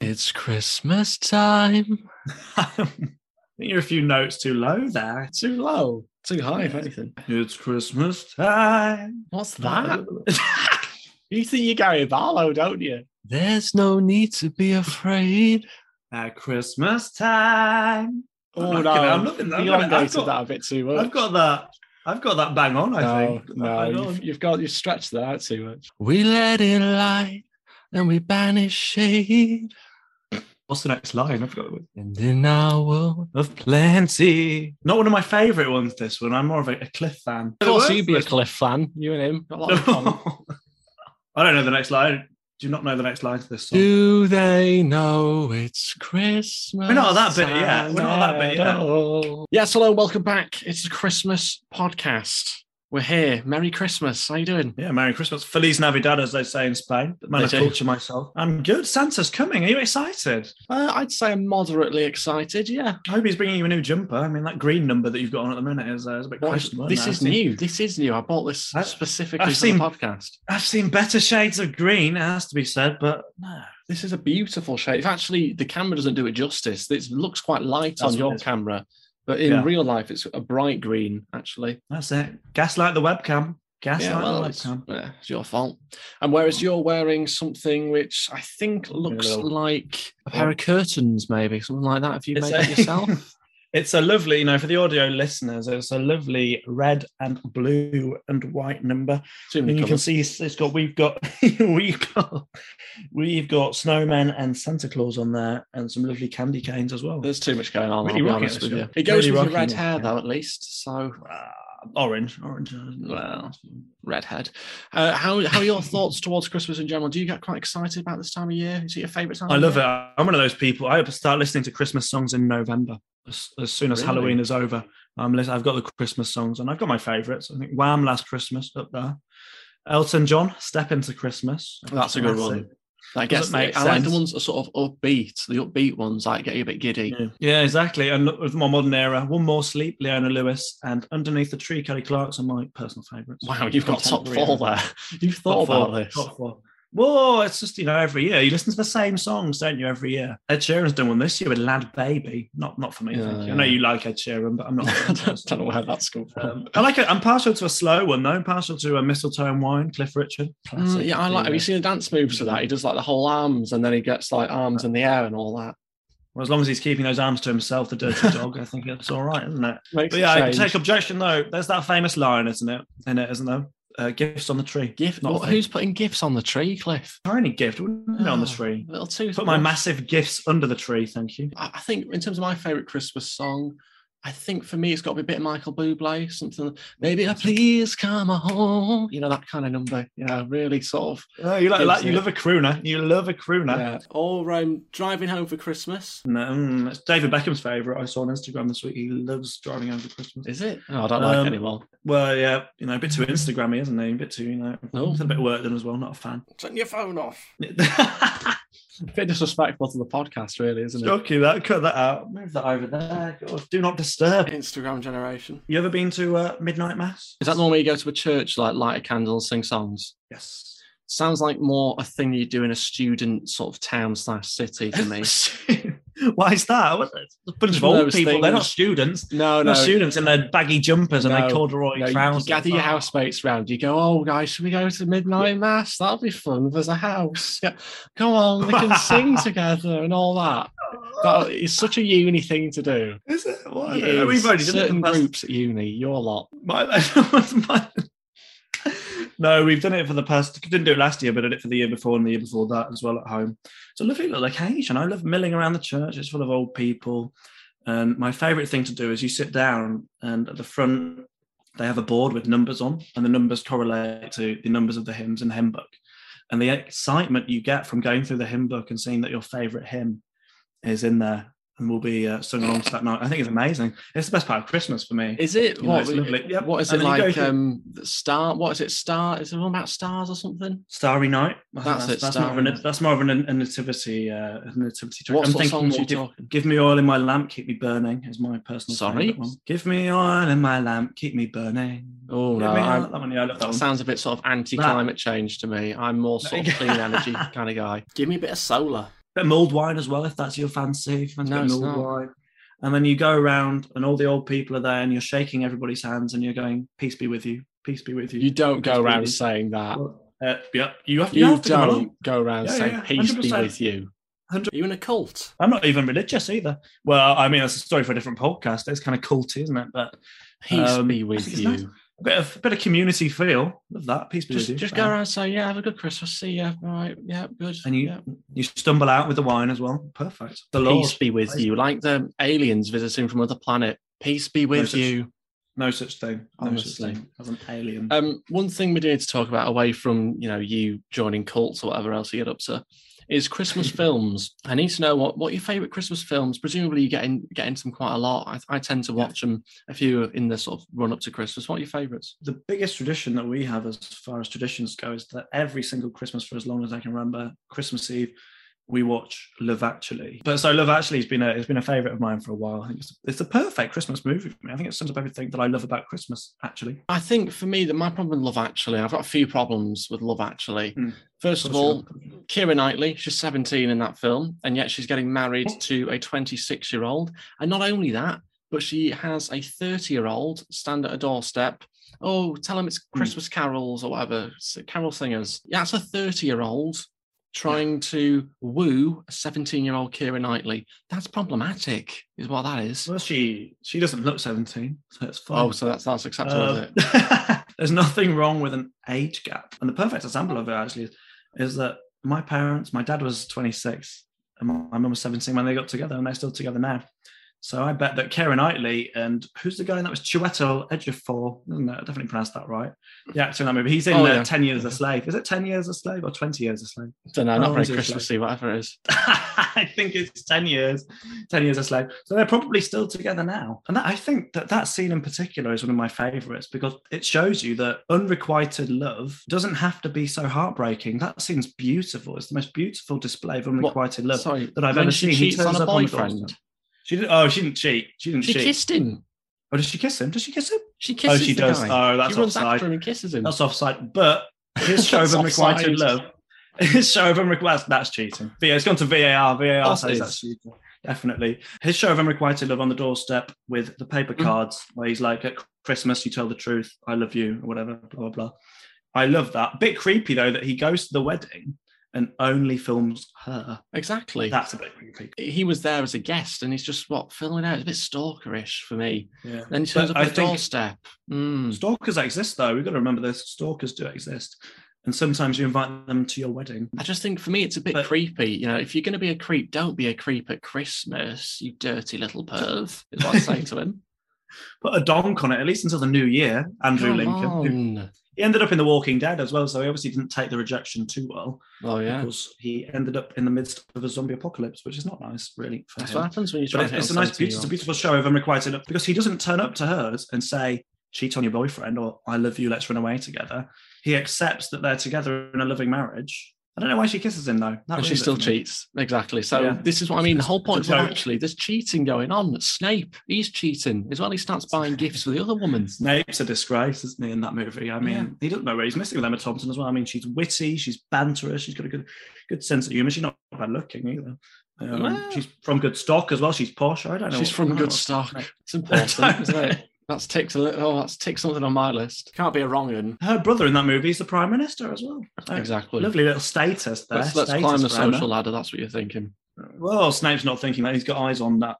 It's Christmas time. I think you're a few notes too low there. Too low. Too high, if anything. It's Christmas time. What's that? you think you're Gary Barlow, don't you? There's no need to be afraid. At Christmas time. Oh, I'm no. not gonna- I'm not gonna- I'm you gonna- elongated I've got- that a bit too much. I've got that. I've got that bang on. I no, think. no, Bang you've, on. you've got you've stretched that out too much. We let in light and we banish shade. What's the next line? I forgot. And in our Oh. world of plenty. Not one of my favourite ones. This one. I'm more of a, a Cliff fan. Of course You'd be a Cliff fan. You and him. Got a lot of common. I don't know the next line. Do you not know the next line to this song? Do they know it's Christmas? We're not at that bit yet. We're not at that bit yet. Oh. Yes, hello, welcome back. It's the Christmas podcast. We're here. Merry Christmas. How you doing? Yeah, Merry Christmas. Feliz Navidad, as they say in Spain. Man They of do. culture myself. I'm good. Santa's coming. Are you excited? Uh, I'd say I'm moderately excited. Yeah. I hope he's bringing you a new jumper. I mean, that green number that you've got on at the minute is, uh, is a bit What- questionable. this isn't it? is I've seen- new. This is new. I bought this I've- specifically I've for seen- the podcast. I've seen better shades of green, it has to be said, but no. This is a beautiful shape. If actually the camera doesn't do it justice, it looks quite light on That's what it your is. camera, but in Yeah. real life it's a bright green actually. That's it. Gaslight the webcam. Gaslight the it's, webcam. yeah, it's your fault. And whereas you're wearing something which I think looks Mm. little- like a pair of curtains, maybe something like that. Have you made a- it yourself? it's a lovely, you know, for the audio listeners, it's a lovely red and blue and white number. Too many And you can colours. see it's it's got we've got we've got we've got snowmen and Santa Claus on there and some lovely candy canes as well. There's too much going on. Really I'll be rocking honest it, with sure. you. It goes Really with your rocking red it, hair yeah. though, at least. So Uh, orange, orange. uh, well, redhead. Uh, how how are your thoughts towards Christmas in general? Do you get quite excited about this time of year? Is it your favourite time? I of love year? it. I'm one of those people. I start listening to Christmas songs in November. As, as soon as Really? Halloween is over, um, lis- I've got the Christmas songs and I've got my favourites. I think Wham! Last Christmas up there. Elton John, Step Into Christmas. That's a good one. Classic. I Does guess it make the- I like the sense? ones that are sort of upbeat, the upbeat ones that get you a bit giddy. Yeah. Yeah, exactly. And look, with more modern era, One More Sleep, Leona Lewis, and Underneath the Tree, Kelly Clarkson, my personal favourites. Wow, you've got top Contemporary four era. there. You've Top thought about four, this. Top four. Whoa, it's just, you know, every year you listen to the same songs, don't you, every year? Ed Sheeran's done one this year with Lad Baby. Not not for me, Yeah, thank you. yeah. I know you like Ed Sheeran, but I'm not. I don't know where that's come from. Um, I like it. I'm partial to a slow one, though. I'm partial to a mistletoe and wine, Cliff Richard. Mm, yeah, I like. Have you seen the dance moves to that? He does like the whole arms, and then he gets like arms in the air and all that. Well, as long as he's keeping those arms to himself, the dirty dog, I think it's all right, isn't it? Makes But it yeah, I change. take objection, though. There's that famous line, isn't it? In it, isn't there? Uh, gifts on the tree. gift. not what- fake. who's putting gifts on the tree, Cliff? Tiny gift, wouldn't it, on the Ah, tree? Little tooth. Put my massive gifts under the tree, thank you. I I think in terms of my favorite Christmas song, I think for me it's got to be a bit of Michael Bublé, something maybe I please come home. You know that kind of number. You know, uh, really sort of Oh, you like, Gives like you it- love a crooner. You love a crooner. Yeah. Or um, driving home for Christmas. No, mm, it's David Beckham's favourite. I saw on Instagram this week. He loves driving over Christmas. Is it? Oh, I don't like Um, it anymore. Well, yeah, you know, a bit too Instagrammy, isn't he? A bit too, you know, No. it's a bit of work done as well. Not a fan. Turn your phone off. A bit disrespectful to the podcast, really, isn't it? Chucky, that cut that out. Move that over there. God, do not disturb. Instagram generation. You ever been to uh, midnight mass? Is that normally you go to a church, like light a candle and sing songs? Yes. Sounds like more a thing you do in a student sort of town slash city to me. Why is that? What- It's a bunch It's of one of old those people. They're not things- students. no, They're no. not students in their baggy jumpers and their No, corduroy no, you- you trousers. gather your Oh. housemates round. You go, oh guys, should we go to midnight mass? That'll be fun. There's a house. Yeah. Come on, we can sing together and all that. That is such a uni thing to do. Is it? What? It I mean, is. We've already done it certain in the past groups at uni, your lot. My, that was my- no, we've done it for the past. Didn't do it last year, but did it for the year before and the year before that as well at home. It's a lovely little occasion. I love milling around the church. It's full of old people, and my favourite thing to do is you sit down and at the front they have a board with numbers on, and the numbers correlate to the numbers of the hymns in the hymn book. And the excitement you get from going through the hymn book and seeing that your favourite hymn is in there and will be uh, sung along to that night, I think it's amazing. It's the best part of Christmas for me. Is it? You know, what, it's lovely. Yep. what is And it then you go like? through- Um, star. What is it? Star. Is it all about stars or something? Starry Night. I think That's it, That's more, of Starry an, Night. that's more of an, a nativity, uh, a nativity track. What I'm sort of thinking songs more are you give, talking? give me oil in my lamp, keep me burning. Is my personal Sorry? favourite one. Give me oil in my lamp, keep me burning. Oh Give no, me I'm- oil- that one, yeah, I love that that one. sounds a bit sort of anti-climate change to me. I'm more sort of clean energy kind of guy. Give me a bit of solar. bit of mulled wine as well, if that's your fancy. If you fancy No, a bit it's of mulled not. wine. And then you go around, and all the old people are there, and you're shaking everybody's hands, and you're going, "Peace be with you. Peace be with you." You don't go Absolutely. around saying that. uh, yeah, you have, you You have to come along. don't go around Yeah, saying yeah, peace be 100%. with you. Are you in a cult? I'm not even religious either. Well, I mean, that's a story for a different podcast. It's kind of culty, isn't it? But Peace Um, be I with think it's you. nice. a bit of a bit of community feel. Love that. Peace be Just with you. just go around saying, yeah, have a good Christmas. See ya. All right. Yeah, good. And you yeah. you stumble out with the wine as well. Perfect. The Lord. peace be with you. Like the aliens visiting from other planet. Peace be No with such- you. No such thing. No Honestly. such thing. As an alien. Um, one thing we do need to talk about, away from you know you joining cults or whatever else you get up to, is Christmas films. I need to know what what your favourite Christmas films. Presumably you get in, get into them quite a lot. I, I tend to watch them a few in the sort of run up to Christmas. What are your favourites? the biggest tradition that we have as far as traditions go is that every single Christmas, for as long as I can remember, Christmas Eve, we watch Love Actually. But so Love Actually has been a it's been a favorite of mine for a while. I think it's, it's the perfect Christmas movie for me. I think it sums up everything that I love about Christmas. Actually, I think for me that my problem with Love Actually, I've got a few problems with Love Actually. Mm. First of all, Kira Knightley, she's 17 in that film, and yet she's getting married to a 26 year old. And not only that, but she has a 30 year old stand at a doorstep. Oh, tell him it's Christmas carols or whatever, s- carol singers. Yeah, it's a 30 year old trying to woo a 17 year old Kira Knightley. That's problematic, is what that is. well, she she doesn't look seventeen, so it's fine. Oh, so that's that's acceptable, is it? Um, there's nothing wrong with an age gap. And the perfect example of it actually is, is that my parents, my dad was 26 and my- my mum was 17 when they got together, and they're still together now. So I bet that Karen Knightley and who's the guy that was Chueto Ejiofor? No, I definitely pronounced that right. The actor in that movie. He's in Oh, uh, yeah. 10 Years a Slave. Is it 10 Years a Slave or 20 Years a Slave? Don't know, Oh, not very is it like- Christmassy, whatever it is. I think it's 10 years, 10 years a slave. So they're probably still together now. And that, I think that that scene in particular is one of my favorites because it shows you that unrequited love doesn't have to be so heartbreaking. That scene's beautiful. It's the most beautiful display of unrequited love Sorry, that I've when ever she seen. He cheats on turns a up on the boyfriend. doorstep. she did, oh, she didn't cheat. She didn't She cheat. kissed him. oh, did she kiss him? Did she kiss him? She kisses oh, she the does. guy. Oh, that's she runs offside. after him and kisses him. That's offside. But his show of That's unrequited offside. love, his show of unrequited that's cheating. VA, it's gone to VAR. VAR Of course says it that's is. cheating. Definitely. His show of unrequited love on the doorstep with the paper Mhm. cards where he's like, at Christmas, you tell the truth, I love you, or whatever, blah, blah, blah. I love that. Bit creepy though that he goes to the wedding and only films her. Exactly. That's a bit creepy. he was there as a guest and he's just what filming out. It's a bit stalkerish for me. Yeah. Then he turns But up I at the think- doorstep. Mm. Stalkers exist though. We've got to remember this. Stalkers do exist. And sometimes you invite them to your wedding. I just think for me it's a bit But- creepy. You know, if you're going to be a creep, don't be a creep at Christmas, you dirty little perv. Is what I say to him. Put a donk on it, at least until the new year, Andrew Come Lincoln, who on. he ended up in The Walking Dead as well, so he obviously didn't take the rejection too well Oh yeah, because he ended up in the midst of a zombie apocalypse, which is not nice, really. For that's him. what happens when you But try. it's, to it's a hit on nice, beautiful, it's a 17-year-olds. beautiful show of unrequited love because he doesn't turn up to hers and say, cheat on your boyfriend or I love you, let's run away together. He accepts that they're together in a loving marriage. I don't know why she kisses him though. That And she ruins it still for me. cheats. Exactly. So Yeah. this is what I mean. The whole point is So- actually there's cheating going on. Snape, he's cheating as well. He starts buying gifts for the other woman. Snape's a disgrace, isn't he, in that movie? I mean, Yeah. he doesn't know where he's missing with Emma Thompson as well. I mean, she's witty, she's banterous, she's got a good good sense of humour. She's not bad looking either. Um, Well. She's from good stock as well. She's posh. I don't know. She's what- from I good don't stock. Snape. It's know what- I important, isn't don't it? know. That's ticked a little. Oh, that's ticked something on my list. Can't be a wrong one. Her brother in that movie is the prime minister as well. Oh, Exactly. Lovely little status there. Let's, let's status climb the for Emma. social ladder. That's what you're thinking. Well, Snape's not thinking that. He's got eyes on that.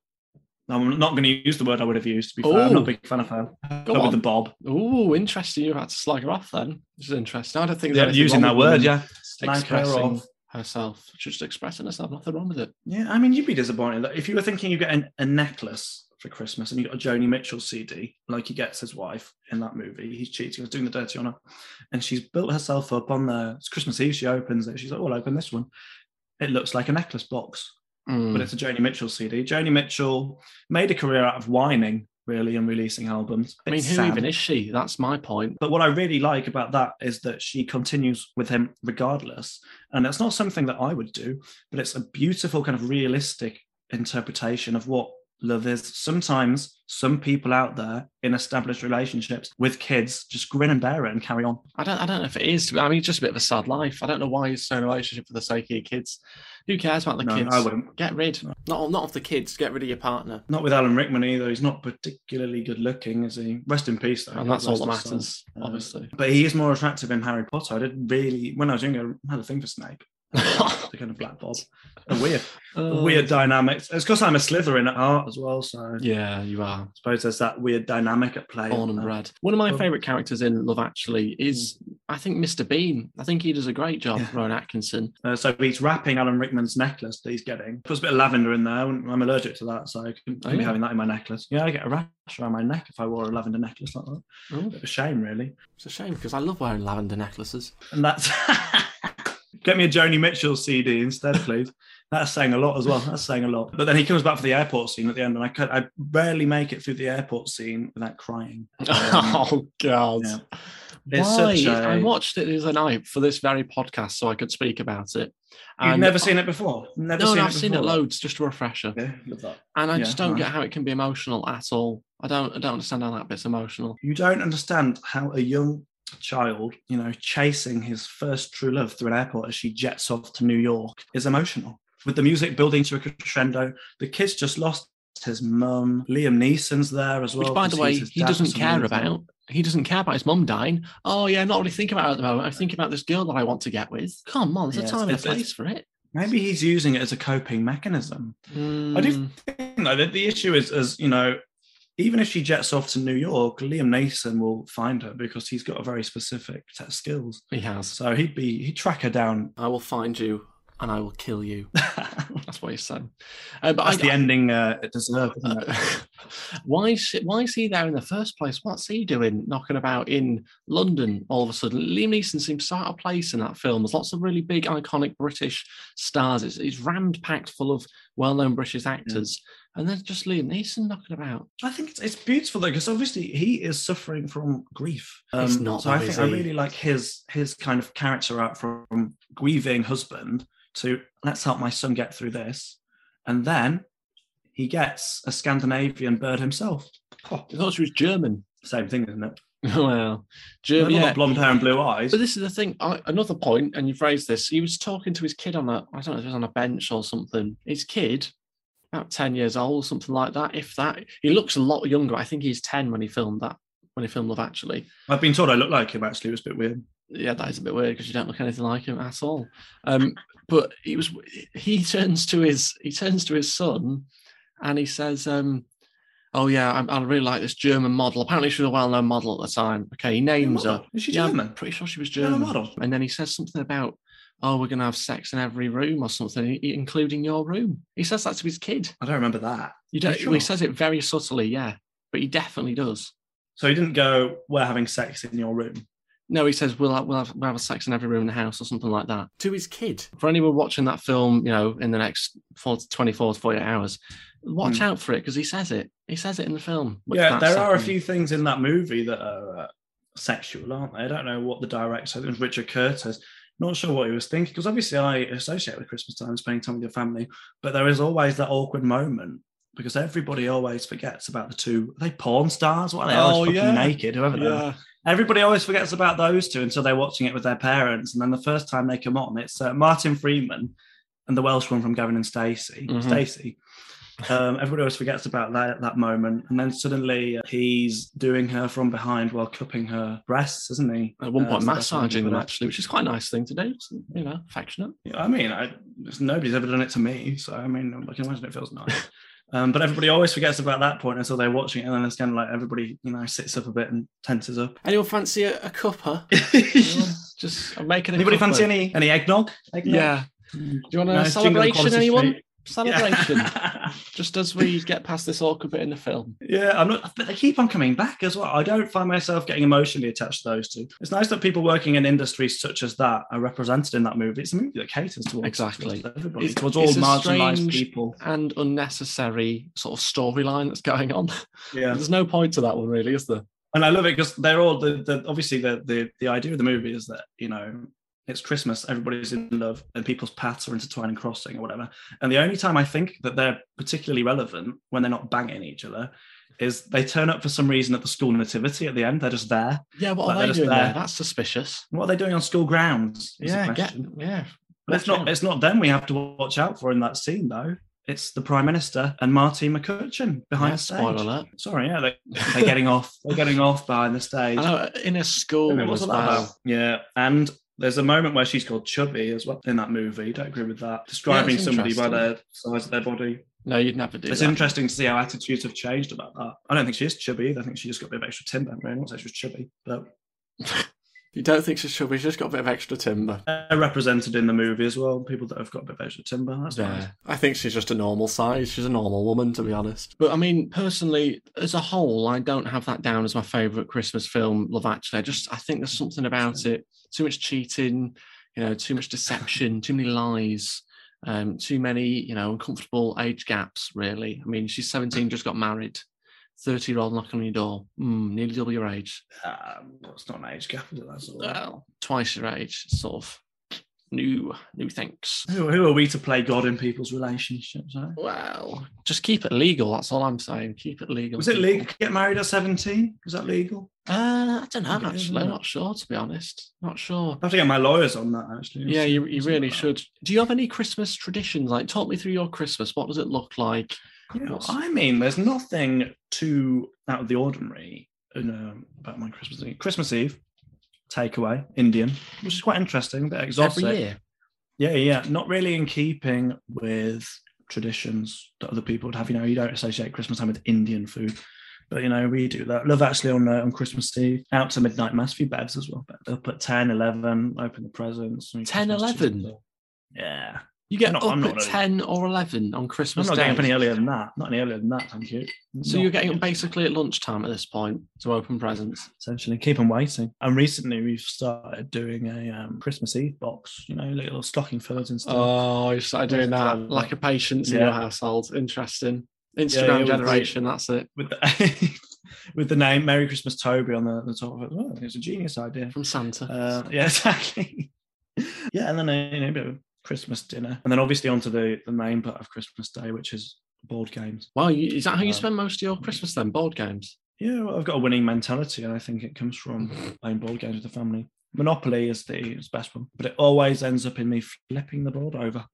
I'm not going to use the word I would have used. To be fair, I'm Ooh. not a big fan of her. Go Her with the on. bob. Ooh, interesting. You had to slag her off then. This is interesting. I don't think Yeah, there's anything using wrong that with word, women yeah. Slag her Expressing off. herself, just expressing herself. Nothing wrong with it. Yeah, I mean, you'd be disappointed that if you were thinking you get an, a necklace for Christmas and you got a Joni Mitchell CD, like he gets his wife in that movie, he's cheating, he's doing the dirty on her, and she's built herself up on the it's Christmas Eve. She opens it, she's like, "Oh, I'll open this one." It looks like a necklace box, but Mm. it's a Joni Mitchell CD. Joni Mitchell made a career out of whining, really, and releasing albums. I mean, It's who sad. even is she? That's my point. But what I really like about that is that she continues with him regardless. And that's not something that I would do, but it's a beautiful kind of realistic interpretation of what love is sometimes some people out there in established relationships with kids just grin and bear it and carry on. I don't, I don't know if it is. I mean, it's just a bit of a sad life. I don't know why you're so in a relationship for the sake of your kids. Who cares about the no, kids? I wouldn't. Get rid. Not, not of the kids. Get rid of your partner. Not with Alan Rickman either. He's not particularly good looking, is he? Rest in peace, though. And Oh, that's all that Rest his soul. matters, Uh, obviously. But he is more attractive in Harry Potter. I did really, when I was younger, I had a thing for Snape. the kind of black bob. A weird, Uh, weird dynamics. It's because I'm a Slytherin at heart as well, so Yeah, you are. I suppose there's that weird dynamic at play. Born and bred. One of my Oh. favourite characters in Love Actually is, I think, Mr. Bean. I think he does a great job, Yeah. Rowan Atkinson. Uh, so he's wrapping Alan Rickman's necklace that he's getting. Puts a bit of lavender in there. and I'm allergic to that, so I couldn't, Oh, couldn't be yeah. having that in my necklace. Yeah, I get a rash around my neck if I wore a lavender necklace like that. Oh, Bit of a shame, really. it's a shame because I love wearing lavender necklaces. And that's get me a Joni Mitchell CD instead, please. That's saying a lot as well. That's saying a lot. But then he comes back for the airport scene at the end, and I could, I rarely make it through the airport scene without crying. Um, oh God! yeah. It's Why? such a- I watched it the other night for this very podcast, so I could speak about it. You've never seen it before. Never No, seen no, it I've seen it before. loads, just a refresher. Yeah, love that. And I Yeah, just don't right. get how it can be emotional at all. I don't. I don't understand how that bit's emotional. You don't understand how a young child, you know, chasing his first true love through an airport as she jets off to New York is emotional. With the music building to a crescendo, the kid's just lost his mum. Liam Neeson's there as well. Which, by the because way, he's his he dad for doesn't some care reason. about. He doesn't care about his mum dying. Oh yeah, not really thinking about it at the moment. I'm thinking about this girl that I want to get with. Come on, there's Yeah, a time and a it's- it's- place for it. Maybe he's using it as a coping mechanism. Mm, do- No, the, the issue is, as you know, even if she jets off to New York, Liam Neeson will find her because he's got a very specific set of skills. He has. So he'd be he'd track her down. I will find you, and I will kill you. That's That's what he said. Uh, but I, the ending uh, it deserved. isn't it? Uh, why is she- why is he there in the first place? What's he doing knocking about in London all of a sudden? Liam Neeson seems so out of place in that film. There's lots of really big iconic British stars. It's, it's rammed packed full of well-known British actors, and then just Liam Neeson knocking about. I think it's, it's beautiful though, because obviously he is suffering from grief. Um, He's not, So I though, think is I he? really like his his kind of character out from grieving husband to let's help my son get through this, and then he gets a Scandinavian bird himself. Oh, I thought she was German. same thing, isn't it? well, They've German. all yeah. got blonde hair and blue eyes. But this is the thing. I, another point, and you've raised this. He was talking to his kid on a, I don't know, if it was on a bench or something. His kid, about ten years old, something like that. If that, he looks a lot younger. I think he's ten when he filmed that. When he filmed Love Actually. I've been told I look like him. Actually, it was a bit weird. Yeah, that is a bit weird because you don't look anything like him at all. Um, but he was. He turns to his. He turns to his son, and he says, um, "Oh yeah, I, I really like this German model. Apparently, she was a well-known model at the time. Okay, he names her." Is she yeah, I'm German? pretty sure she was German German. model. And then he says something about, oh, we're going to have sex in every room or something, i- including your room. He says that to his kid. I don't remember that. You don't. You He sure? says it very subtly, yeah, but he definitely does. So he didn't go. We're having sex in your room. No, he says we'll have, we'll have we'll have sex in every room in the house or something like that to his kid. For anyone watching that film, you know, in the next four to 24 to 48 hours, watch Hmm. out for it because he says it. He says it in the film. which yeah, that's there are a happening. few things in that movie that are uh, sexual, aren't they? I don't know what the director, I think it was Richard Curtis. Not sure what he was thinking because obviously I associate with Christmas time, spending time with your family, but there is always that awkward moment because everybody always forgets about the two. Are they porn stars? What are they? Oh, always yeah. fucking naked, whoever they are. Yeah. Everybody always forgets about those two until they're watching it with their parents, and then the first time they come on, it's uh, Martin Freeman and the Welsh one from Gavin and Stacey. Mhm. Stacey. Um, everybody always forgets about that that moment, and then suddenly uh, he's doing her from behind while cupping her breasts, isn't he? At one Uh, point, so that's massaging them something actually, which is quite a nice thing to do. It's, you know, affectionate. that- I mean, I, nobody's ever done it to me, so I mean, I can imagine it feels nice. Um, but everybody always forgets about that point until they're watching it, and then it's kind of like everybody, you know, sits up a bit and tenses up. Anyone fancy a, a cuppa? just make it. a Anybody cuppa. fancy any any eggnog? eggnog? Yeah. Do Do you want a Nice jingle on celebration, Quality Uh, anyone? Street. Celebration. Yeah. just as we get past this awkward bit in the film. Yeah, I'm not. But they keep on coming back as well. I don't find myself getting emotionally attached to those two. It's nice that people working in industries such as that are represented in that movie. It's a movie that caters towards Exactly. towards everybody, It's- towards it's all a marginalised strange- people. And unnecessary sort of storyline that's going on. Yeah, There's no point to that one, really, is there? and I love it because they're all the, the obviously the, the the idea of the movie is that you know It's Christmas, everybody's in love, and people's paths are intertwining, crossing, or whatever. And the only time I think that they're particularly relevant when they're not banging each other is they turn up for some reason at the school nativity at the end. They're just there. Yeah, what are Like, they're they just doing there? there. That's suspicious. What are they doing on school grounds? is the Yeah, get, question. yeah. But Watch it's not. out. It's not them we have to watch out for in that scene, though. It's the prime minister and Marty McCutcheon behind yeah, the stage. spoiler alert. Sorry, yeah, they, they're getting off. They're getting off behind the I stage. know, in a school What's as that about? well. Yeah, and there's a moment where she's called chubby as well in that movie. Don't agree with that. Describing it's somebody by interesting. their size of their body. No, you'd never do it's that. interesting to see how attitudes have changed about that. I don't think she is chubby. either. I think she just got a bit of extra timber. I mean, not so she was chubby, but You don't think she's chubby? She's just got a bit of extra timber. they're represented in the movie as well. People that have got a bit of extra timber. That's Yeah. nice. I think she's just a normal size. She's a normal woman, to be honest. But I mean, personally, as a whole, I don't have that down as my favourite Christmas film, Love Actually. I just I think there's something about it. Too much cheating, you know, too much deception, too many lies, um, too many, you know, uncomfortable age gaps, really. I mean, she's 17, just got married. 30 year old knocking on your door, mm, nearly double your age. Um, well, it's not an age gap, is it? That's all. Well, twice your age, sort of. New, new thanks. Who, who are we to play God in people's relationships? eh? Well, just keep it legal. That's all I'm saying. Keep it legal. Was it people. legal? to Get married at seventeen? Was that legal? Uh, I don't know, think it is, actually. isn't it? Not sure, to be honest. Not sure. I have to get my lawyers on that actually. Yeah, you, you Something really like that. should. Do you have any Christmas traditions? Like, talk me through your Christmas. What does it look like? Yeah, What's- I mean, there's nothing too out of the ordinary you know, about my Christmas Eve. Christmas Eve takeaway Indian, which is quite interesting, a bit exotic. Every year. Yeah, yeah, not really in keeping with traditions that other people would have. You know, you don't associate Christmas time with Indian food, but you know, we do that. Love actually on uh, on Christmas Eve, out to midnight mass, a few bevs as well. But up at 10, 11, open the presents. and 10, Christmas 11? cheese. Yeah, You get I'm not- up I'm not at really- 10 or 11 on I'm Christmas not Day. getting up any earlier than that. Not any earlier than that, thank you. so Not you're getting any up basically at lunchtime at this point to open presents. essentially keep them waiting. And recently, we've started doing a um, Christmas Eve box, you know, little stocking fillers and stuff. Oh, you started doing that. Lunchtime. Lack of patience in Yeah. your household. Interesting. yeah, Instagram we'll do. generation, that's it. with the with the name "Merry Christmas, Toby" on the, the top of it. Well, it was a genius idea. From Santa. Uh, yeah, exactly. yeah, and then uh, you know, a bit of Christmas dinner, and then obviously onto the the main part of Christmas Day, which is board games. wow, you, is that how you um, spend most of your Christmas then? Board games? Yeah, well, I've got a winning mentality, and I think it comes from playing board games with the family. Monopoly is the, is the best one, but it always ends up in me flipping the board over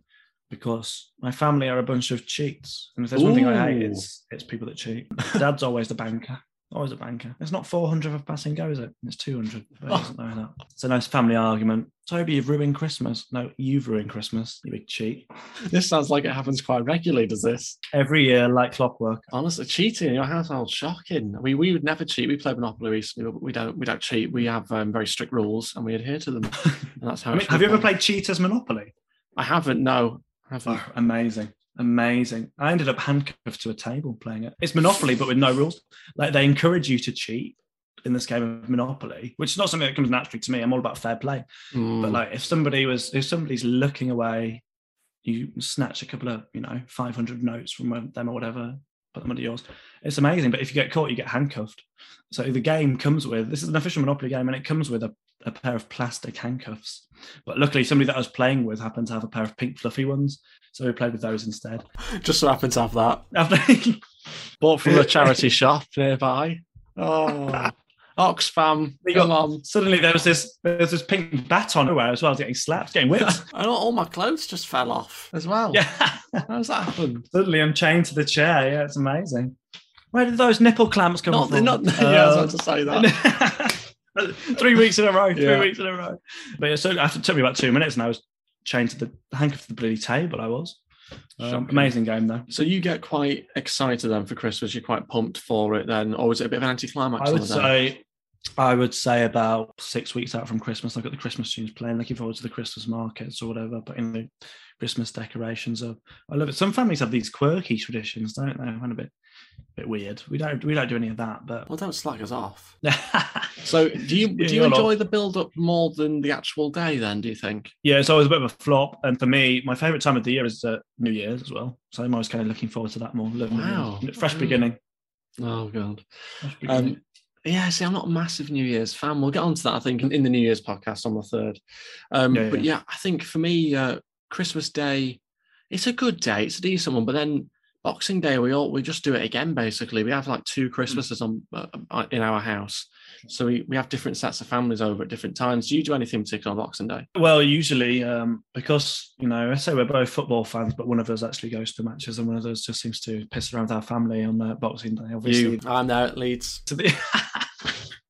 because my family are a bunch of cheats. And if there's one thing I hate, Ooh. it's it's people that cheat. Dad's always the banker. Always a banker. It's not 400 of passing go, is it? It's 200. But it doesn't know that. It's a nice family argument. Toby, you've ruined Christmas. No, you've ruined Christmas, you big cheat. This sounds like it happens quite regularly, does this? Every year, like clockwork. Honestly, cheating in your household, shocking. I mean, we would never cheat. We played Monopoly recently, but we don't. We don't cheat. We have um, very strict rules, and we adhere to them. I And that's how. it mean, should have you ever be. played Cheaters Monopoly? I haven't. No, I haven't. Oh, amazing. Amazing. I ended up handcuffed to a table playing it. It's Monopoly, but with no rules. Like they encourage you to cheat in this game of Monopoly, which is not something that comes naturally to me. I'm all about fair play. Mm. But like if somebody was if somebody's looking away, you snatch a couple of, you know, 500 notes from one- them or whatever, put them under yours. It's amazing. But if you get caught, you get handcuffed. So the game comes with this is an official Monopoly game and it comes with a, a pair of plastic handcuffs. But luckily somebody that I was playing with happened to have a pair of pink fluffy ones. So we played with those instead. Just so happens to have that. After bought from a charity shop nearby. Oh, Oxfam, They come got- on. suddenly there was this there was this pink baton everywhere as well. I was getting slapped, getting whipped. And all, all my clothes just fell off. As well. yeah. How's that happened? Suddenly I'm chained to the chair. Yeah, it's amazing. Where did those nipple clamps come Not, from? not, yeah, I was Uh, about to say that. three weeks in a row. Three Yeah. weeks in a row. But yeah, so after it took me about two minutes, and I was chained to the handcuff to the bloody table. I was. Um, Shocking. amazing game though. So you get quite excited then for Christmas. You're quite pumped for it then, or was it a bit of an anticlimax? I on would the day? say, I would say about six weeks out from Christmas, I've got the Christmas tunes playing, looking forward to the Christmas markets or whatever, putting the Christmas decorations up. I love it. Some families have these quirky traditions, don't they? Kind of a bit, bit weird. We don't, we don't do any of that, but. Well, don't slag us off. So do you Yeah, do you you're not- enjoy the build up more than the actual day then, do you think? Yeah, it's always a bit of a flop. And for me, my favourite time of the year is uh, New Year's as well. So I'm always kind of looking forward to that more. Love New Year's. Wow. Fresh beginning. Oh god. Fresh beginning. Um, yeah, see, I'm not a massive New Year's fan. We'll get onto that, I think, in, in the New Year's podcast on the third. Um, Yeah, But yeah. yeah, I think for me, uh, Christmas Day, it's a good day. It's a decent one. But then Boxing Day, we all we just do it again. Basically, we have like two Mm. Christmases on uh, uh, in our house, so we, we have different sets of families over at different times. Do you do anything particular on Boxing Day? Well, usually um, because you know, I say we're both football fans, but one of us actually goes to matches, and one of us just seems to piss around with our family on uh, Boxing Day. Obviously, I'm there at Leeds. to the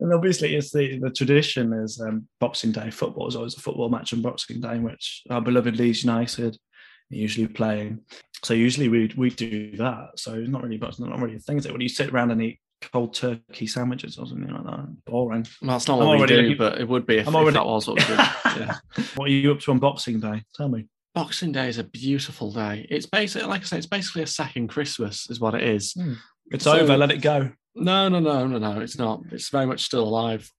and obviously it's the, the tradition is um, boxing day football is always a football match on boxing day in which our beloved leeds united are usually playing so usually we we do that so it's not really but not really a thing is it when you sit around and eat cold turkey sandwiches or something like that boring Well, it's not I'm what we already do, looking- but it would be if, I'm if already- that was what we did. Yeah. what are you up to on boxing day tell me Boxing Day is a beautiful day. It's basically, like I say, it's basically a second Christmas, is what it is. Hmm. it's So- over let it go No, no, no, no, no. It's not. It's very much still alive.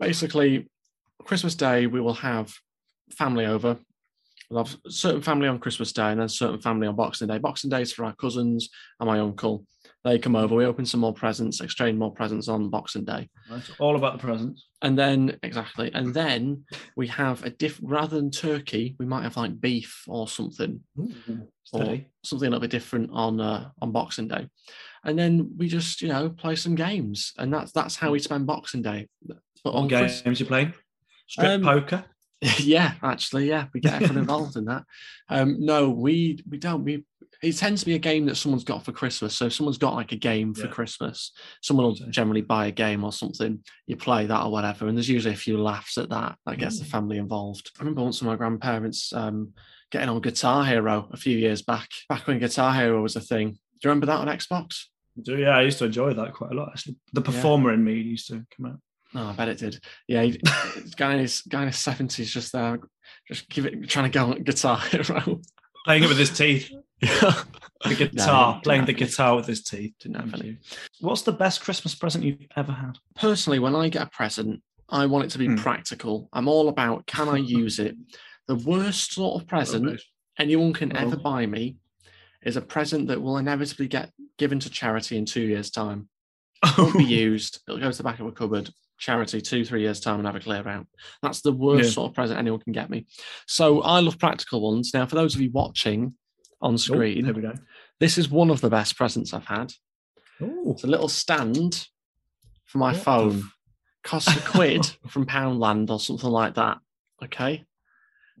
Basically, Christmas Day we will have family over. We'll have certain family on Christmas Day and then certain family on Boxing Day. Boxing Day is for our cousins and my uncle. They come over. We open some more presents, exchange more presents on Boxing Day. It's all about the presents And then exactly, and then we have a diff. Rather than turkey, we might have like beef or something, or Steady. something a little bit different on uh, on Boxing Day, and then we just you know play some games, and that's that's how we spend Boxing Day. But on what games Christ- you playing strip Um, poker yeah, actually, yeah, we get everyone involved in that. Um, no, we we don't. We it tends to be a game that someone's got for Christmas. So if someone's got like a game for Yeah. Christmas, someone will So- generally buy a game or something. You play that or whatever, and there's usually a few laughs at that. That gets the family involved. I remember once my grandparents um, getting on Guitar Hero a few years back, back when Guitar Hero was a thing. Do you remember that on Xbox? Do yeah, I used to enjoy that quite a lot. Actually, the Yeah. performer in me used to come out. No, I bet it did. Yeah, he- guy in his guy in his seventies just there, just give it trying to go on Guitar Hero. Playing it with his teeth, the guitar, No, playing the definitely. guitar with his teeth. Didn't have Thank any. you. What's the best Christmas present you've ever had? personally, when I get a present, I want it to be Hmm. practical. I'm all about can I use it? The worst sort of present anyone can ever Oh. buy me is a present that will inevitably get given to charity in two years' time. Won't be used. It'll go to the back of a cupboard. Charity two, three years' time and have a clear out. That's the worst Yeah. sort of present anyone can get me. So I love practical ones. Now, for those of you watching on Oh, screen, there we go. this is one of the best presents I've had. Oh, It's a little stand for my What the phone. Costs a quid from Poundland or something like that. Okay.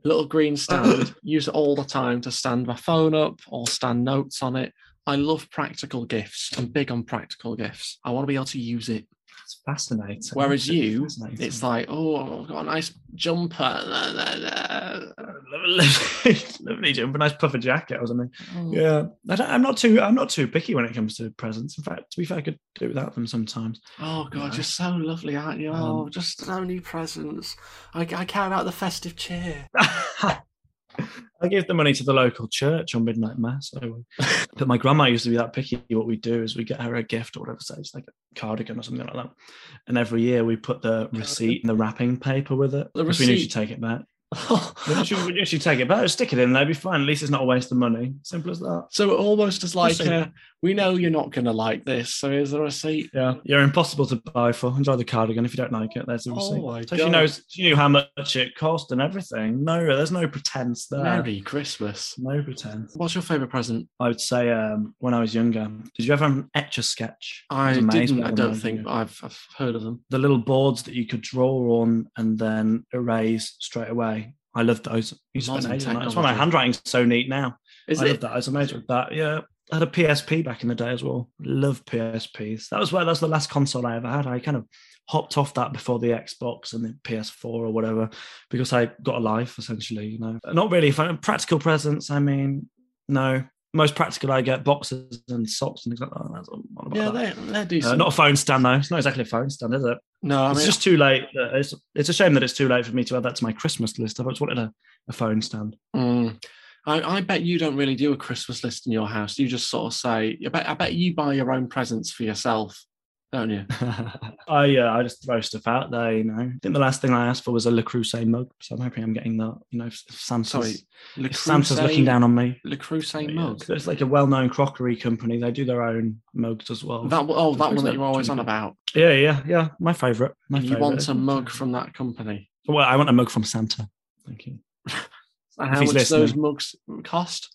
Little green stand. Use it all the time to stand my phone up or stand notes on it. I love practical gifts. I'm big on practical gifts. I want to be able to use it. that's fascinating. Whereas you, Fascinating. It's like, oh, I've got a nice jumper. la, la, Oh. la." lovely, lovely jumper, nice puffer jacket or something. Oh, Yeah, I don't, I'm not too, I'm not too picky when it comes to presents. In fact, to be fair, I could do without them sometimes. Oh, God, Yeah. Um, you're so lovely, aren't you? Oh, just So many presents. I, I care about the festive cheer. I give the money to the local church on midnight mass. I will. But my grandma used to be that picky. What we do is we get her a gift or whatever, so it's like a cardigan or something like that. And every year we put the receipt and the wrapping paper with it. The because We knew receipt. she'd take it back. We knew she- we knew she'd take it back. Stick it in there, it'd be fine. At least it's not a waste of money. Simple as that. So it almost is like, Listen. uh, we know you're not going to like this. So is there a seat? Yeah, you're impossible to buy for. Enjoy the cardigan if you don't like it. There's Oh, the receipt. my Oh, so she knows she knew how much it cost and everything. No, there's no pretense there. Merry Christmas. No pretense. What's your favourite present? I would say um, when I was younger, did you ever have an etch a sketch? I amazed didn't. by I the don't amount think you- I've, I've heard of them. The little boards that you could draw on and then erase straight away. I loved those. You spent Modern ages on that. That's why my technology. handwriting's so neat now. Is I love it? that. I was amazed with that. Yeah. I had a PSP back in the day as well. Love PSPs. That was where that's the last console I ever had. I kind of hopped off that before the Xbox and the PS4 or whatever because I got a life essentially. You know, not really. If I, practical presents, I mean, no. Most practical I get boxes and socks and things like that. That's all all about Yeah, that. they're, they're Uh, decent. not a phone stand though. It's not exactly a phone stand, is it? no, I it's mean, just too late. Uh, It's, it's a shame that it's too late for me to add that to my Christmas list. I've always wanted a, a phone stand. mm. I, I bet you don't really do a Christmas list in your house. You just sort of say, I bet, I bet you buy your own presents for yourself. don't you? I uh, I just throw stuff out there, you know. I think the last thing I asked for was a Le Creuset mug, so I'm hoping I'm getting that. You know, if if Santa's, Sorry, Le if Santa's looking down on me. Le Creuset Oh, Yeah, mug. 'cause It's like a well-known crockery company. They do their own mugs as well. That oh, that one that you're always on Creuset. about. yeah, yeah, yeah. My favorite. My you favorite. want a mug from that company. Well, I want a mug from Santa. Thank you. And If how he's much those listening. mugs cost?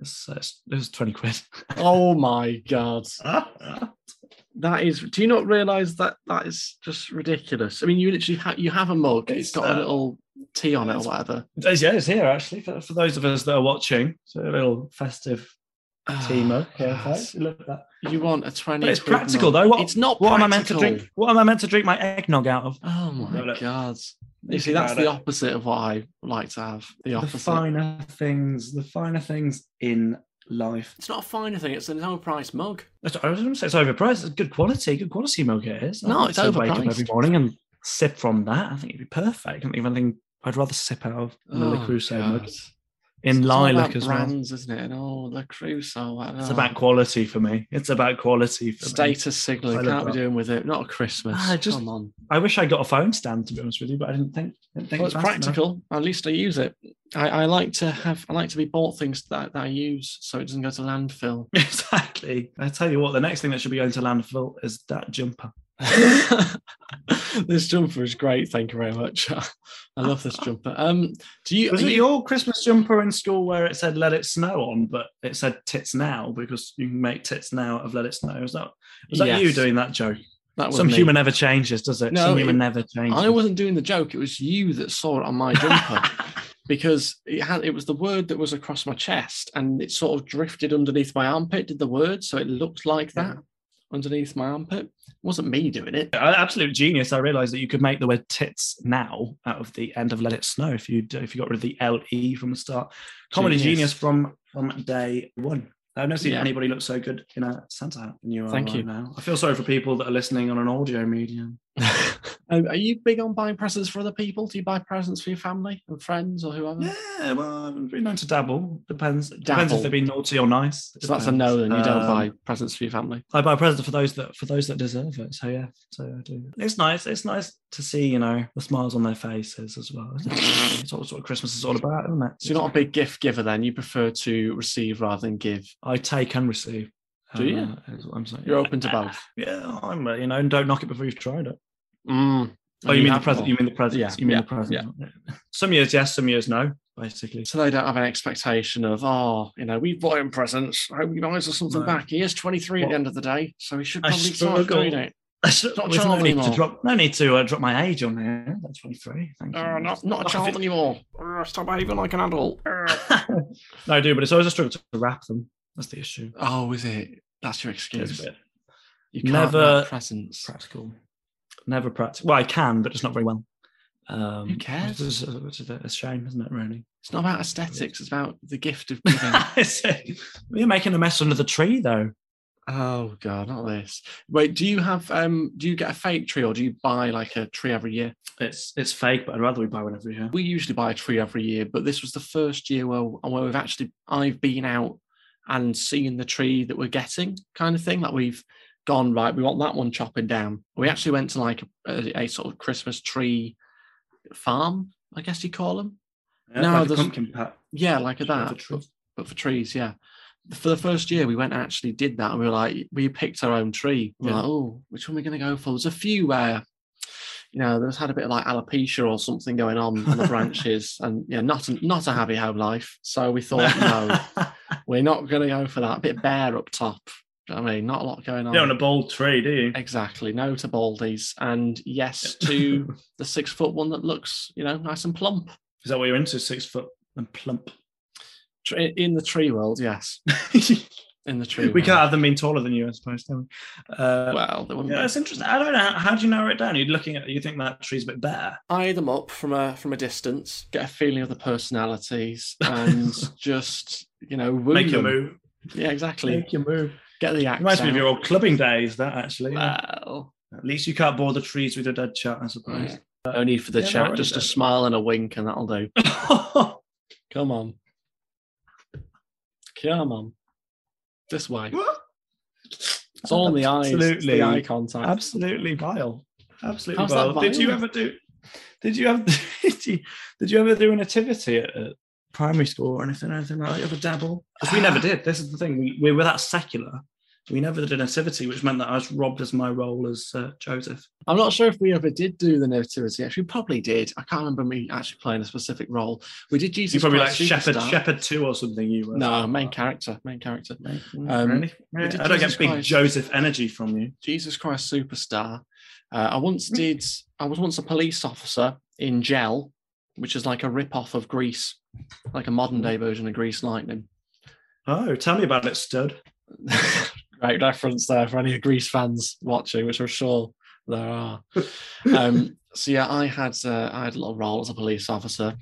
It's, uh, it's, it's twenty quid. Oh my god, I that is. Do you not realise that that is just ridiculous? I mean, you literally ha- you have a mug. It's, it's got uh, a little tea on it or it's- whatever. It's- yeah, it's here actually for, for those of us that are watching. So a little festive tea mug. Ah, Here, God. folks. Look at that. You want a twenty? But it's quid mug. practical though. What, it's not. what am I meant to practical. drink? What am I meant to drink my eggnog out of? Oh my No, look. god! You Think see, that's about the it. opposite of what I like to have. The The opposite. finer things, the finer things in life. It's not a finer thing. It's an overpriced mug. That's- I was going to say it's overpriced. It's good quality, good quality mug it is. No, I'd it's still Wake up every overpriced. morning and sip from that. I think it'd be perfect. I don't even think I'd rather sip out of the Le Oh, Creuset mug God. in It's all lilac about uh, as well. brands, isn't it? And oh, the Crusoe. whatever. It's about quality for me. It's about quality for me. status I signal. love You can't be that. doing with it. Not a Christmas. Ah, just- Come on. I wish I got a phone stand to be honest with you, but I didn't think. Didn't think Well, it's fast enough. practical. At least I use it. I, I like to have. I like to be bought things that, that I use, so it doesn't go to landfill. Exactly. I tell you what, the next thing that should be going to landfill is that jumper. this jumper is great. Thank you very much. I love this jumper. Um, do you? Was are it you- your Christmas jumper in school where it said "Let It Snow" on, but it said "Tits Now" because you can make tits now out of "Let It Snow"? Was that was that you Yes, doing that joke? That was Some me. humor never changes, does it? No, Some humor it- never changes. I wasn't doing the joke. It was you that saw it on my jumper because it had. It was the word that was across my chest, and it sort of drifted underneath my armpit. Did the word, so it looked like Yeah. that underneath my armpit. It wasn't me doing it. A- Absolute genius! I realised that you could make the word "tits now" out of the end of "Let It Snow" if you d- if you got rid of the "le" from the start. Comedy Genius. genius, from from day one. I've never seen Yeah. anybody look so good in a Santa hat. than You are Thank right you. Now I feel sorry for people that are listening on an audio medium. Um, are you big on buying presents for other people? Do you buy presents for your family and friends or whoever? Yeah, well, I've been known to dabble. Depends. Depends if Dabble. they've been naughty or nice. So that's a Depends. no, then you don't Um, buy presents for your family. I buy a present for those that for those that deserve it. So yeah, so I do. It's nice. It's nice to see you know the smiles on their faces as well. isn't it? it's all what Christmas is all about, isn't it? So you're not a big gift giver then. You prefer to receive rather than give. I take and receive. Do you? Uh, is what I'm saying. You're open to Uh, both. Yeah, I'm. uh, You know, and don't knock it before you've tried it. Mm. Oh, you mean the have more. present? You mean the present? Yeah, You mean yeah, the present? Some years yes, some years no. Basically. so they don't have an expectation of, oh, you know, we bought him presents. I hope he buys us something No. back. He is 23 at Well, the end of the day, so he should I probably start struggle. doing it. There's Not a no child need to anymore. drop. No need to uh, drop my age on there. That's 23. Thank you. Uh, not, not a Not child if anymore. Ugh, Uh, Stop behaving like an adult. Uh. Ugh. no, I do, but it's always a struggle to wrap them. That's the issue. Oh, is it? That's your It's a excuse. bit You can't Never- have presents. practical. Never practical. Well, I can, but just not very well. Um, Who cares? It's, a- it's a, it's a shame, isn't it? Really. It's not about aesthetics. It's about the gift of giving. You're making a mess under the tree, though. oh god, not this. Wait, do you have um? Do you get a fake tree or do you buy like a tree every year? It's it's fake, but I'd rather we buy one every year. We usually buy a tree every year, but this was the first year where where we've actually I've been out and seen the tree that we're getting, kind of thing. Like we've gone right. We want that one chopping down. We actually went to like a, a sort of Christmas tree farm, I guess you call them. Yeah, No, like a there's- pumpkin patch. Yeah, like a that. Of a tree. but for trees, yeah. For the first year, we went and actually did that, and we were like, we picked our own tree. We We're Yeah. like, oh, which one are we going to go for? There's a few where, you know, there's had a bit of like alopecia or something going on on the branches, and yeah, not a, not a happy home life. So we thought, no, we're not going to go for that. A bit bare up top. Do you know what I mean, not a lot going you on. don't want a bold tree, do you? exactly. No to baldies, and yes to the six foot one that looks, you know, nice and plump. Is that what you're into? Six foot and plump. Tr- In the tree world, yes. we In the tree. can't world. have them being taller than you, I suppose. Can we? Uh, Well, there wouldn't yeah, be. that's interesting. I don't know. How do you narrow it down? You're looking at. You think that tree's a bit bare. Eye them up from a from a distance. get a feeling of the personalities and just you know woo Make your them. move. Yeah, exactly. Make your move. Get the accent. Reminds me of your old clubbing days. That actually. well. At least you can't bore the trees with your dead chat, I suppose. No need for the Yeah, chat, right, just a then. smile and a wink, and that'll do. Come on, come on, this way. What? It's all in the eyes. it's Absolutely. the eye contact. Absolutely vile. Absolutely How's vile. that Did you vile? ever do? Did you have? Did you, did you ever do an activity at, at primary school or anything, anything like that? You ever dabble? Because we never did. This is the thing. We, we were that secular. We never did an activity, which meant that I was robbed as my role as uh, Joseph. I'm not sure if we ever did do the nativity. Actually, we probably did. I can't remember me actually playing a specific role. We did Jesus. You probably like Christ Shepherd, Superstar. Shepherd Two or something. You were No, main character, main character. Um, Um, really? Yeah, did I don't Jesus get big Christ. Joseph energy from you. Jesus Christ Superstar. Uh, I once Mm. did. I was once a police officer in Gel, which is like a rip-off of Grease, like a Mm. modern-day version of Grease Lightning. Oh, tell me about it, stud. Great reference there for any Grease fans watching, which I'm sure there are. um, so yeah, I had uh, I had a little role as a police officer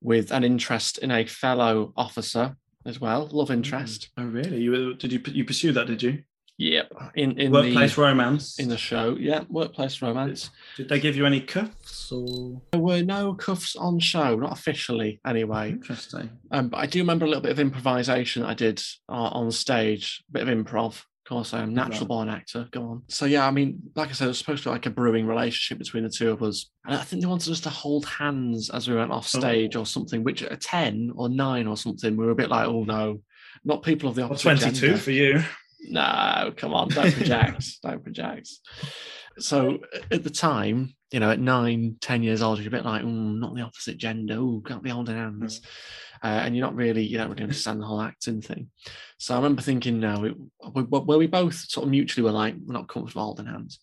with an interest in a fellow officer as well, love interest. Oh, really? You were- did you you pursue that? Did you Yep, in in workplace the romance? in the show, yeah, workplace romance. did they give you any cuffs or There were no cuffs on show, not officially anyway. Mm-hmm. interesting? Um, but I do remember a little bit of improvisation I did uh, on stage, a bit of improv. Of course, I am natural Right. born actor. Go on. So yeah, I mean, like I said, it was supposed to be like a brewing relationship between the two of us, and I think they wanted us to hold hands as we went off stage Oh. or something. Which at a ten or nine or something, we were a bit like, oh no, not people of the Well, opposite. 22 gender. for you. No, come on, don't project, don't project. So uh, at the time, you know, at nine, ten years old, you're a bit like, mm, not the opposite gender, ooh, can't be holding hands. Uh, and you're not really, you don't really understand the whole acting thing. So I remember thinking, no, it, we, where we both sort of mutually were like, we're not comfortable holding hands.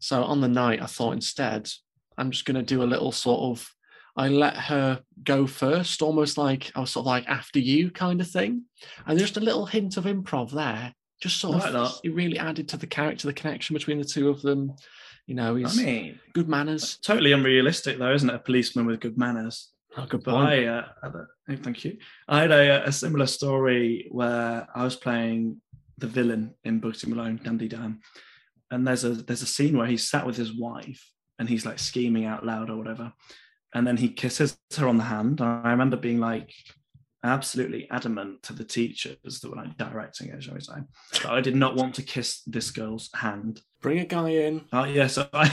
So on the night, I thought instead, I'm just going to do a little sort of, I let her go first, almost like I was sort of like after you kind of thing. And just a little hint of improv there, just sort I of, like that. it really added to the character, the connection between the two of them. You know, I he's mean, good manners. totally unrealistic, though, isn't it? A policeman with good manners. Oh, good But boy. I, uh, had a- oh, thank you. I had a, a similar story where I was playing the villain in Bugsy Malone, Dandy Dan, and there's a there's a scene where he's sat with his wife and he's like scheming out loud or whatever, and then he kisses her on the hand. And I remember being like absolutely adamant to the teachers that were like directing it, shall we say, that I did not want to kiss this girl's hand. Bring a guy in. Oh yeah, so I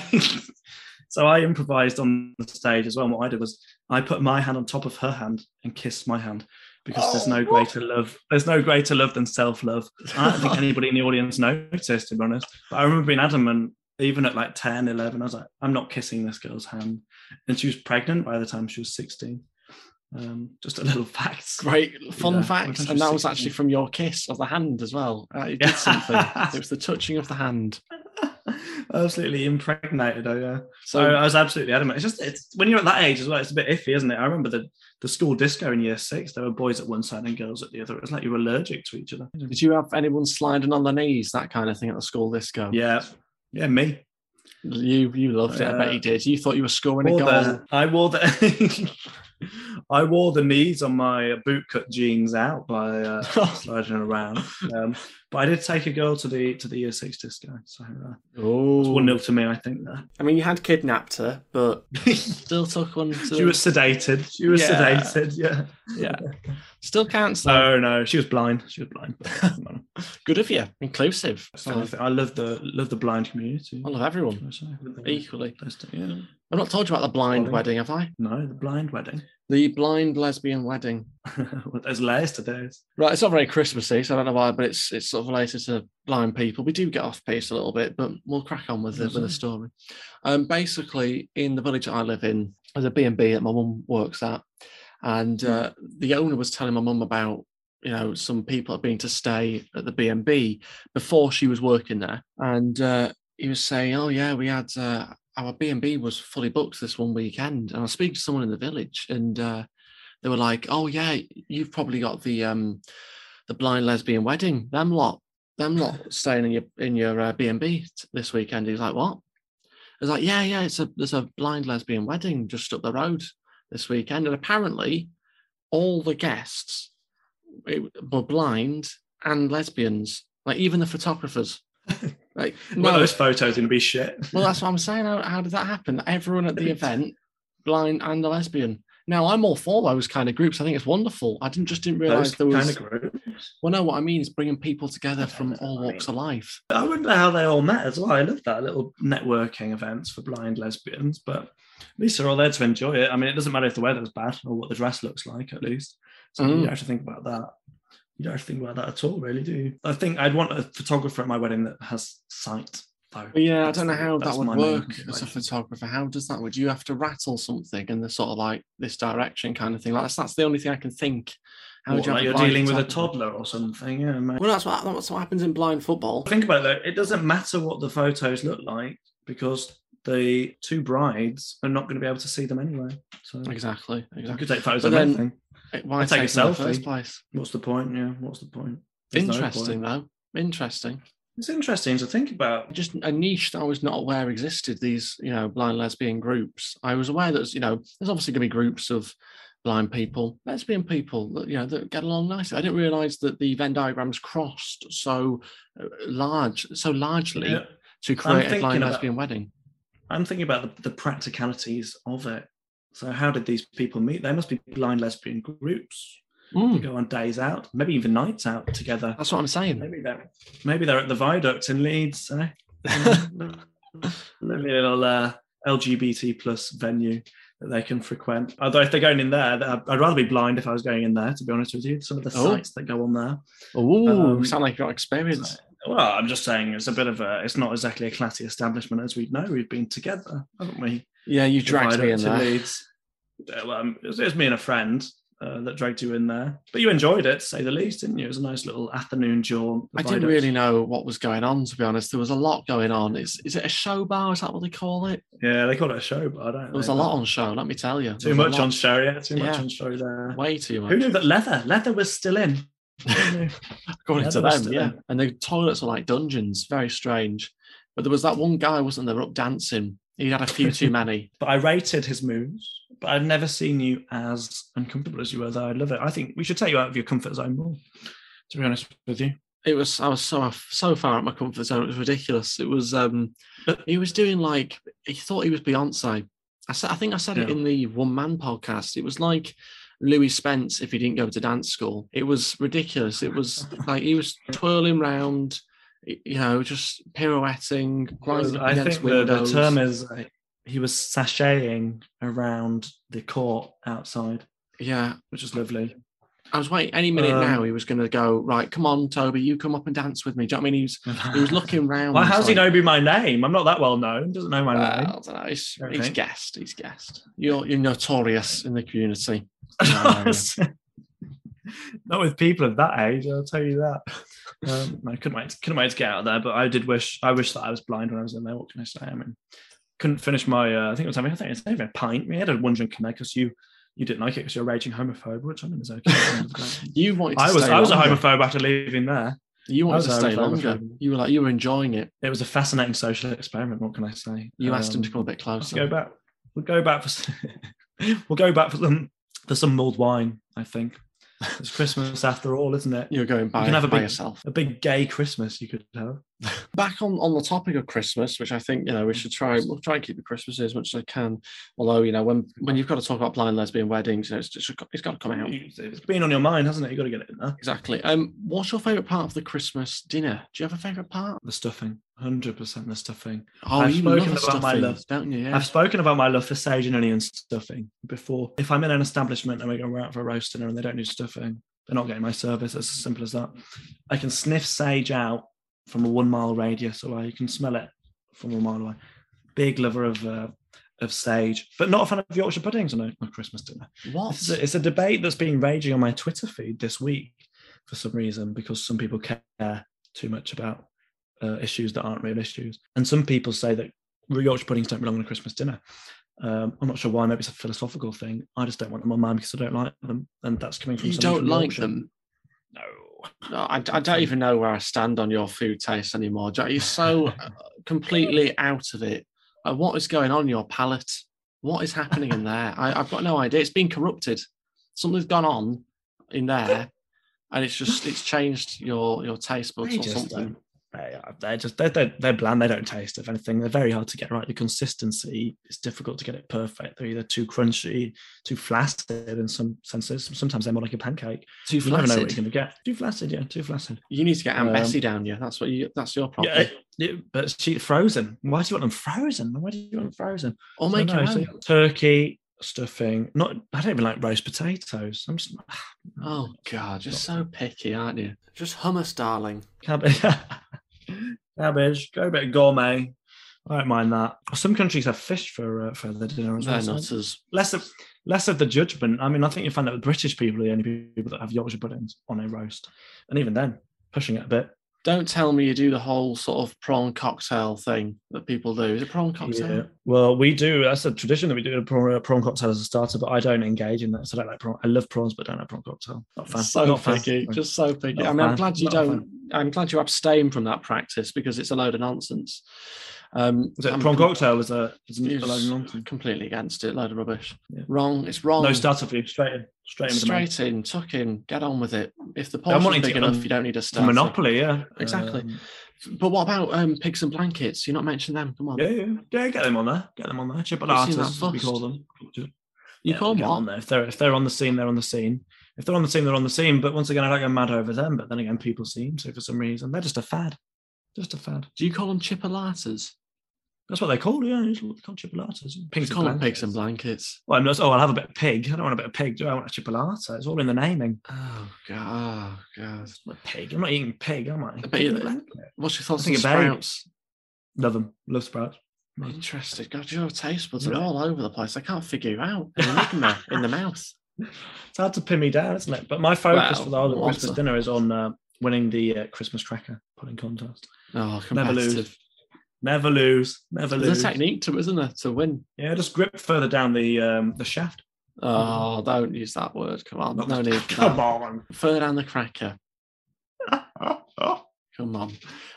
so I improvised on the stage as well. And what I did was I put my hand on top of her hand and kissed my hand because there's no greater love. There's no greater love than self-love. I don't think anybody in the audience noticed, to be honest. But I remember being adamant, even at like 10, 11, I was like, I'm not kissing this girl's hand. And she was pregnant by the time she was 16. Um, just a little fact. Great fun Yeah, fact, sometimes and that you was see- actually from your kiss of the hand as well. Uh, it Yeah. did something. it was the touching of the hand. Absolutely impregnated, oh yeah. So I, I was absolutely adamant. It's just it's when you're at that age as well. It's a bit iffy, isn't it? I remember the the school disco in year six. There were boys at one side and girls at the other. It was like you were allergic to each other. did you have anyone sliding on their knees, that kind of thing at the school disco? Yeah, yeah, me. You you loved it. I bet Yeah. Uh, you did. You thought you were scoring a Wore goal. the, I wore the I wore the knees on my bootcut jeans out by uh, Oh. sliding around. Um, but I did take a girl to the to the year six disco. So uh, it's one oh, nil to me, I think. There, I mean, you had kidnapped her, but still took one. To she was sedated. She was Yeah. sedated. Yeah. yeah, still counts though. No, no, she was blind. She was blind. but- Good of you, inclusive. That's the I other thing. I love the love the blind community. love everyone Should I say? With Mm. the- equally. those two, yeah. I've not told you about the blind Well, wedding, have I? No, the blind wedding. The blind lesbian wedding. Well, There's layers to those. Right, it's not very Christmassy, so I don't know why, but it's it's sort of related to blind people. We do get off piece a little bit, but we'll crack on with the, with the story. Absolutely. Um, basically, in the village that I live in, there's a B and B that my mum works at, and uh, the owner was telling my mum about you know some people had been to stay at the B and B before she was working there, and uh, he was saying, "Oh yeah, we had uh, our B and B was fully booked this one weekend," and I was speaking to someone in the village, and uh, they were like, "Oh yeah, you've probably got the um, the blind lesbian wedding. Them lot, them lot staying in your in your uh, B and B this weekend." He's like, "What?" I was like, "Yeah, yeah, it's a there's a blind lesbian wedding just up the road this weekend, and apparently, all the guests it, were blind and lesbians. Like even the photographers." Like, Well, those photos are gonna be shit. well, that's what I'm saying. How, how did that happen? Everyone at the event, blind and a lesbian. Now I'm all for those kind of groups. I think it's wonderful. I didn't just didn't realize Those there was. kind of groups. well, no, what I mean is bringing people together Okay, from that's all what I walks of life. I wonder how they all met as well. I love that little networking events for blind lesbians, but at least they're all there to enjoy it. I mean, it doesn't matter if the weather's bad or what the dress looks like, at least. So you Mm. don't have to think about that. You don't have to think about that at all, really, do you? I think I'd want a photographer at my wedding that has sight, though. But yeah, I That's don't know the- how that that's would my main work as a consideration. photographer. How does that? Would you have to rattle something in the sort of like this direction kind of thing? Like that's that's the only thing I can think. How What, would you have like a you're blind dealing with a photographer? toddler or something. Yeah, mate. Well, that's what, that's what happens in blind football. Think about it though, it doesn't matter what the photos look like because the two brides are not going to be able to see them anyway. So Exactly. you Exactly. could take photos But of then- anything. Why I'll take a take them in the selfie. first place? What's the point? Yeah, what's the point? There's no Interesting point. though. Interesting. It's interesting to think about. Just a niche that I was not aware existed. These you know blind lesbian groups. I was aware that you know there's obviously going to be groups of blind people, lesbian people that you know that get along nicely. I didn't realise that the Venn diagrams crossed so uh, large, so largely Yeah. to create a thinking blind about- lesbian wedding. I'm thinking about the, the practicalities of it. So how did these people meet? They must be blind lesbian groups. They Mm, go on days out, maybe even nights out together. that's what I'm saying. Maybe they're maybe they're at the viaduct in Leeds. Eh? maybe a little uh, LGBT plus venue that they can frequent. Although if they're going in there, I'd I'd rather be blind if I was going in there. To be honest with you, some of the Oh. sites that go on there. Oh, Um, sound like you got experience. Well, I'm just saying it's a bit of a. It's not exactly a classy establishment as we know. We've been together, haven't we? Yeah, you dragged Divided me in to there. Leeds. Yeah, well, um, it, was, it was me and a friend uh, that dragged you in there, but you enjoyed it, to say the least, didn't you? It was a nice little afternoon jaunt. I didn't Viaduct. really know what was going on, to be honest. There was a lot going on. Is, is it a show bar? Is that what they call it? Yeah, they call it a show, but I don't. There was know. a lot on show, let me tell you. Too There was a much lot- on show, yeah. Too much Yeah. on show there. Way too Who much. knew that leather? Leather was still in. Who knew? According to Leather them, was still yeah. in. And the toilets were like dungeons, very strange. But there was that one guy, wasn't there, up dancing. He had a few too many. but I rated his moves. But I've never seen you as uncomfortable as you were there. I love it. I think we should take you out of your comfort zone more. To be honest with you, It was I was so so far out my comfort zone. It was ridiculous. It was um he was doing like he thought he was Beyonce. I said I think I said it Yeah. in the one man podcast. It was like Louis Spence if he didn't go to dance school. It was ridiculous. It was like he was twirling round, y- you know, just pirouetting, grinding up I against think the, the windows. term is uh, he was sashaying around the court outside, yeah, which is lovely. I was waiting any minute Um, now. He was going to go right. Come on, Toby, you come up and dance with me. Do you know what I mean? He was he was looking round. Well, how does he like, know be my name? I'm not that well known. Doesn't know my "Well, name. I dunno, He's, Don't he's think. guessed. He's guessed. You're you're notorious in the community. Not with people of that age, I'll tell you that. Um, I couldn't wait, couldn't wait to get out of there, but I did wish, I wish that I was blind when I was in there. What can I say? I mean, couldn't finish my, uh, I think it was having, I think it's having a pint. We had a one drink in there because you, you didn't like it because you're a raging homophobe, which I mean is okay. You wanted. To I was, stay I was a longer. homophobe after leaving there. You wanted I to was a stay homophobe, longer. homophobe. You were like you were enjoying it. It was a fascinating social experiment. What can I say? You asked him to Um, come a bit Let's closer. go back. We'll go back for s- we'll go back for some for some mulled wine. I think it's Christmas after all, isn't it? You're going by, can have a by big- yourself. A big gay Christmas you could have. Back on, on the topic of Christmas, which I think you know we should try. We'll try and keep the Christmas as much as I can. Although you know when when you've got to talk about blind lesbian weddings, you know, it's just it's got to come out. You- It's been on your mind, hasn't it? You got to get it in there. Exactly. Um, what's your favourite part of the Christmas dinner? Do you have a favourite part? The stuffing, hundred percent the stuffing. Oh, I've you love spoken about my stuffing, love. don't you? Yeah. I've spoken about my love for sage and onion stuffing before. If I'm in an establishment and we're going out for a roast dinner and they don't do stuffing, they're not getting my service. It's as simple as that. I can sniff sage out from a one mile radius away. You can smell it from a mile away. Big lover of uh, of sage, but not a fan of Yorkshire puddings on a, on a Christmas dinner. What? This is a, it's a debate that's been raging on my Twitter feed this week for some reason because some people care too much about uh, issues that aren't real issues, and some people say that Yorkshire puddings don't belong on a Christmas dinner. Um, I'm not sure why. Maybe it's a philosophical thing. I just don't want them on mine because I don't like them, and that's coming from You somebody don't from like Yorkshire. them. No, No, I, I don't even know where I stand on your food taste anymore. Jack. You're so uh, completely out of it. Uh, what is going on in your palate? What is happening in there? I, I've got no idea. It's been corrupted. Something's gone on in there, and it's just it's changed your your taste buds they or just something. don't. They are- They're just they're, they're they're bland. They don't taste of anything. They're very hard to get right. The consistency is difficult to get it perfect. They're either too crunchy, too flaccid in some senses. Sometimes they're more like a pancake. Too You never know what flaccid. you're going to get. Too flaccid, yeah, too flaccid. You need to get Aunt Um, Bessie down here. That's what you. That's your problem. Yeah, it- but she frozen. Why do you want them frozen? Why do you want them frozen? or So make no, your so own. turkey stuffing. Not I don't even like roast potatoes. I'm just Oh God, you're so picky, aren't you? Just hummus, darling. cabbage. cabbage. Go a bit gourmet. I don't mind that. Some countries have fish for uh, for their dinner as They're well. not so as Less of less of the judgment. I mean, I think you find that the British people are the only people that have Yorkshire puddings on a roast, and even then, pushing it a bit. Don't tell me you do the whole sort of prawn cocktail thing that people do. Is it prawn cocktail? Yeah. Well, we do. That's a tradition that we do a prawn, a prawn cocktail as a starter, but I don't engage in that. So I don't like prawn. I love prawns, but don't like prawn cocktail. Not a fan. So Not a fan. picky, just so picky. Not I mean, I'm fan. glad you Not don't. I'm glad you abstain from that practice because it's a load of nonsense. Um, Was it I'm prawn com- cocktail? Was a, was a, Yes. a load of nonsense. Completely against it. Load of rubbish. Yeah. Wrong. It's wrong. No starter for you. Straight in. Straight in. with the main. Straight in, tuck in, get on with it. If the I'm portion's wanting big to- enough, um, you don't need a starter. Monopoly, yeah. Exactly. Um, But what about um, pigs and blankets? You're not mentioning them. Come on. yeah, yeah, yeah. Get them on there. Get them on there. We've seen Chipolatas, that as we first. call them. You You call them on what? there. If they're if they're on the scene, they're on the scene. If they're on the scene, they're on the scene. But once again, I don't go mad over them. But then again, people seem so for some reason they're just a fad. Just a fad. Do you call them chipolatas? That's what they call it, yeah. It's called chipolatas. Pigs Just call them pigs and blankets. Well, I'm not, oh, I'll have a bit of pig. I don't want a bit of pig. Do I? I want a chipolata? It's all in the naming. Oh god, oh god. It's not pig. I'm not eating pig, am I? bet Pig you and that- blanket. What's your thoughts I on think a babe. sprouts? Mm. Love them. Love sprouts. I'm interested. God, your taste buds are Right. all over the place. I can't figure you out. An enigma in the mouth. It's hard to pin me down, isn't it? But my focus Wow, for the whole of what Christmas a- dinner is on uh, winning the uh, Christmas cracker pudding contest. Oh, Never lose. competitive. Never lose. Never There's lose. a technique to it, isn't there? To win. Yeah, just grip further down the um, the shaft. Oh, don't use that word. Come on. No need. for Come that. on. Fur down the cracker. Come on.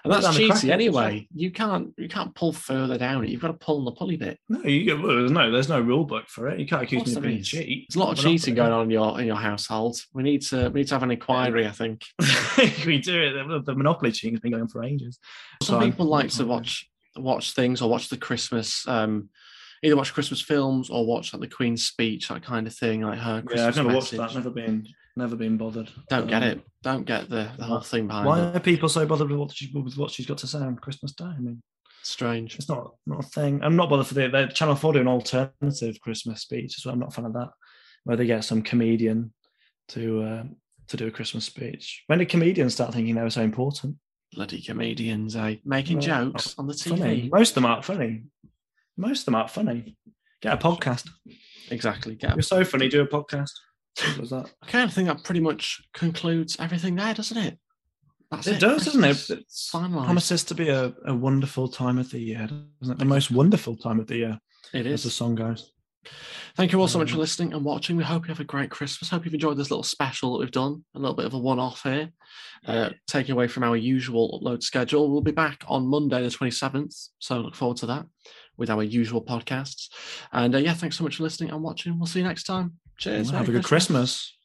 And that's down the cheaty cracker, anyway. You can't you can't pull further down it. You've got to pull the pulley bit. No, you, well, there's no, there's no rule book for it. You can't accuse course me of there being is. cheat. There's a lot of cheating going on in your in your household. We need to we need to have an inquiry, I think. we do it. The, the monopoly cheating has been going on for ages. Some Time. people like to watch watch things or watch the Christmas um either watch Christmas films or watch like the Queen's speech, that kind of thing, like her Christmas. Yeah, I've never watched message. that. Never been, never been bothered. Don't get Um, it. Don't get the, the whole thing behind Why it. are people so bothered with what she with what she's got to say on Christmas Day? I mean, Strange. it's not not a thing. I'm not bothered for the, the Channel Four do an alternative Christmas speech as well. I'm not a fan of that, where they get some comedian to uh, to do a Christmas speech. When did comedians start thinking they were so important? Bloody comedians, eh? Making Well, jokes on the TV. Funny. Most of them aren't funny. Most of them aren't funny. Get a podcast. Exactly. Get You're so funny. Do a podcast. What was that? Okay, I think that pretty much concludes everything there, doesn't it? That's It does, doesn't it? Christmas It's finalised. promises to be a, a wonderful time of the year, doesn't it? The most wonderful time of the year, It as the is. song goes. Thank you all so much for Um, listening and watching. We hope you have a great Christmas. Hope you've enjoyed this little special that we've done, a little bit of a one off here, uh, taking away from our usual upload schedule. We'll be back on Monday, the 27th. So look forward to that with our usual podcasts. And uh, yeah, thanks so much for listening and watching. We'll see you next time. Cheers. Well, Merry have a good Christmas.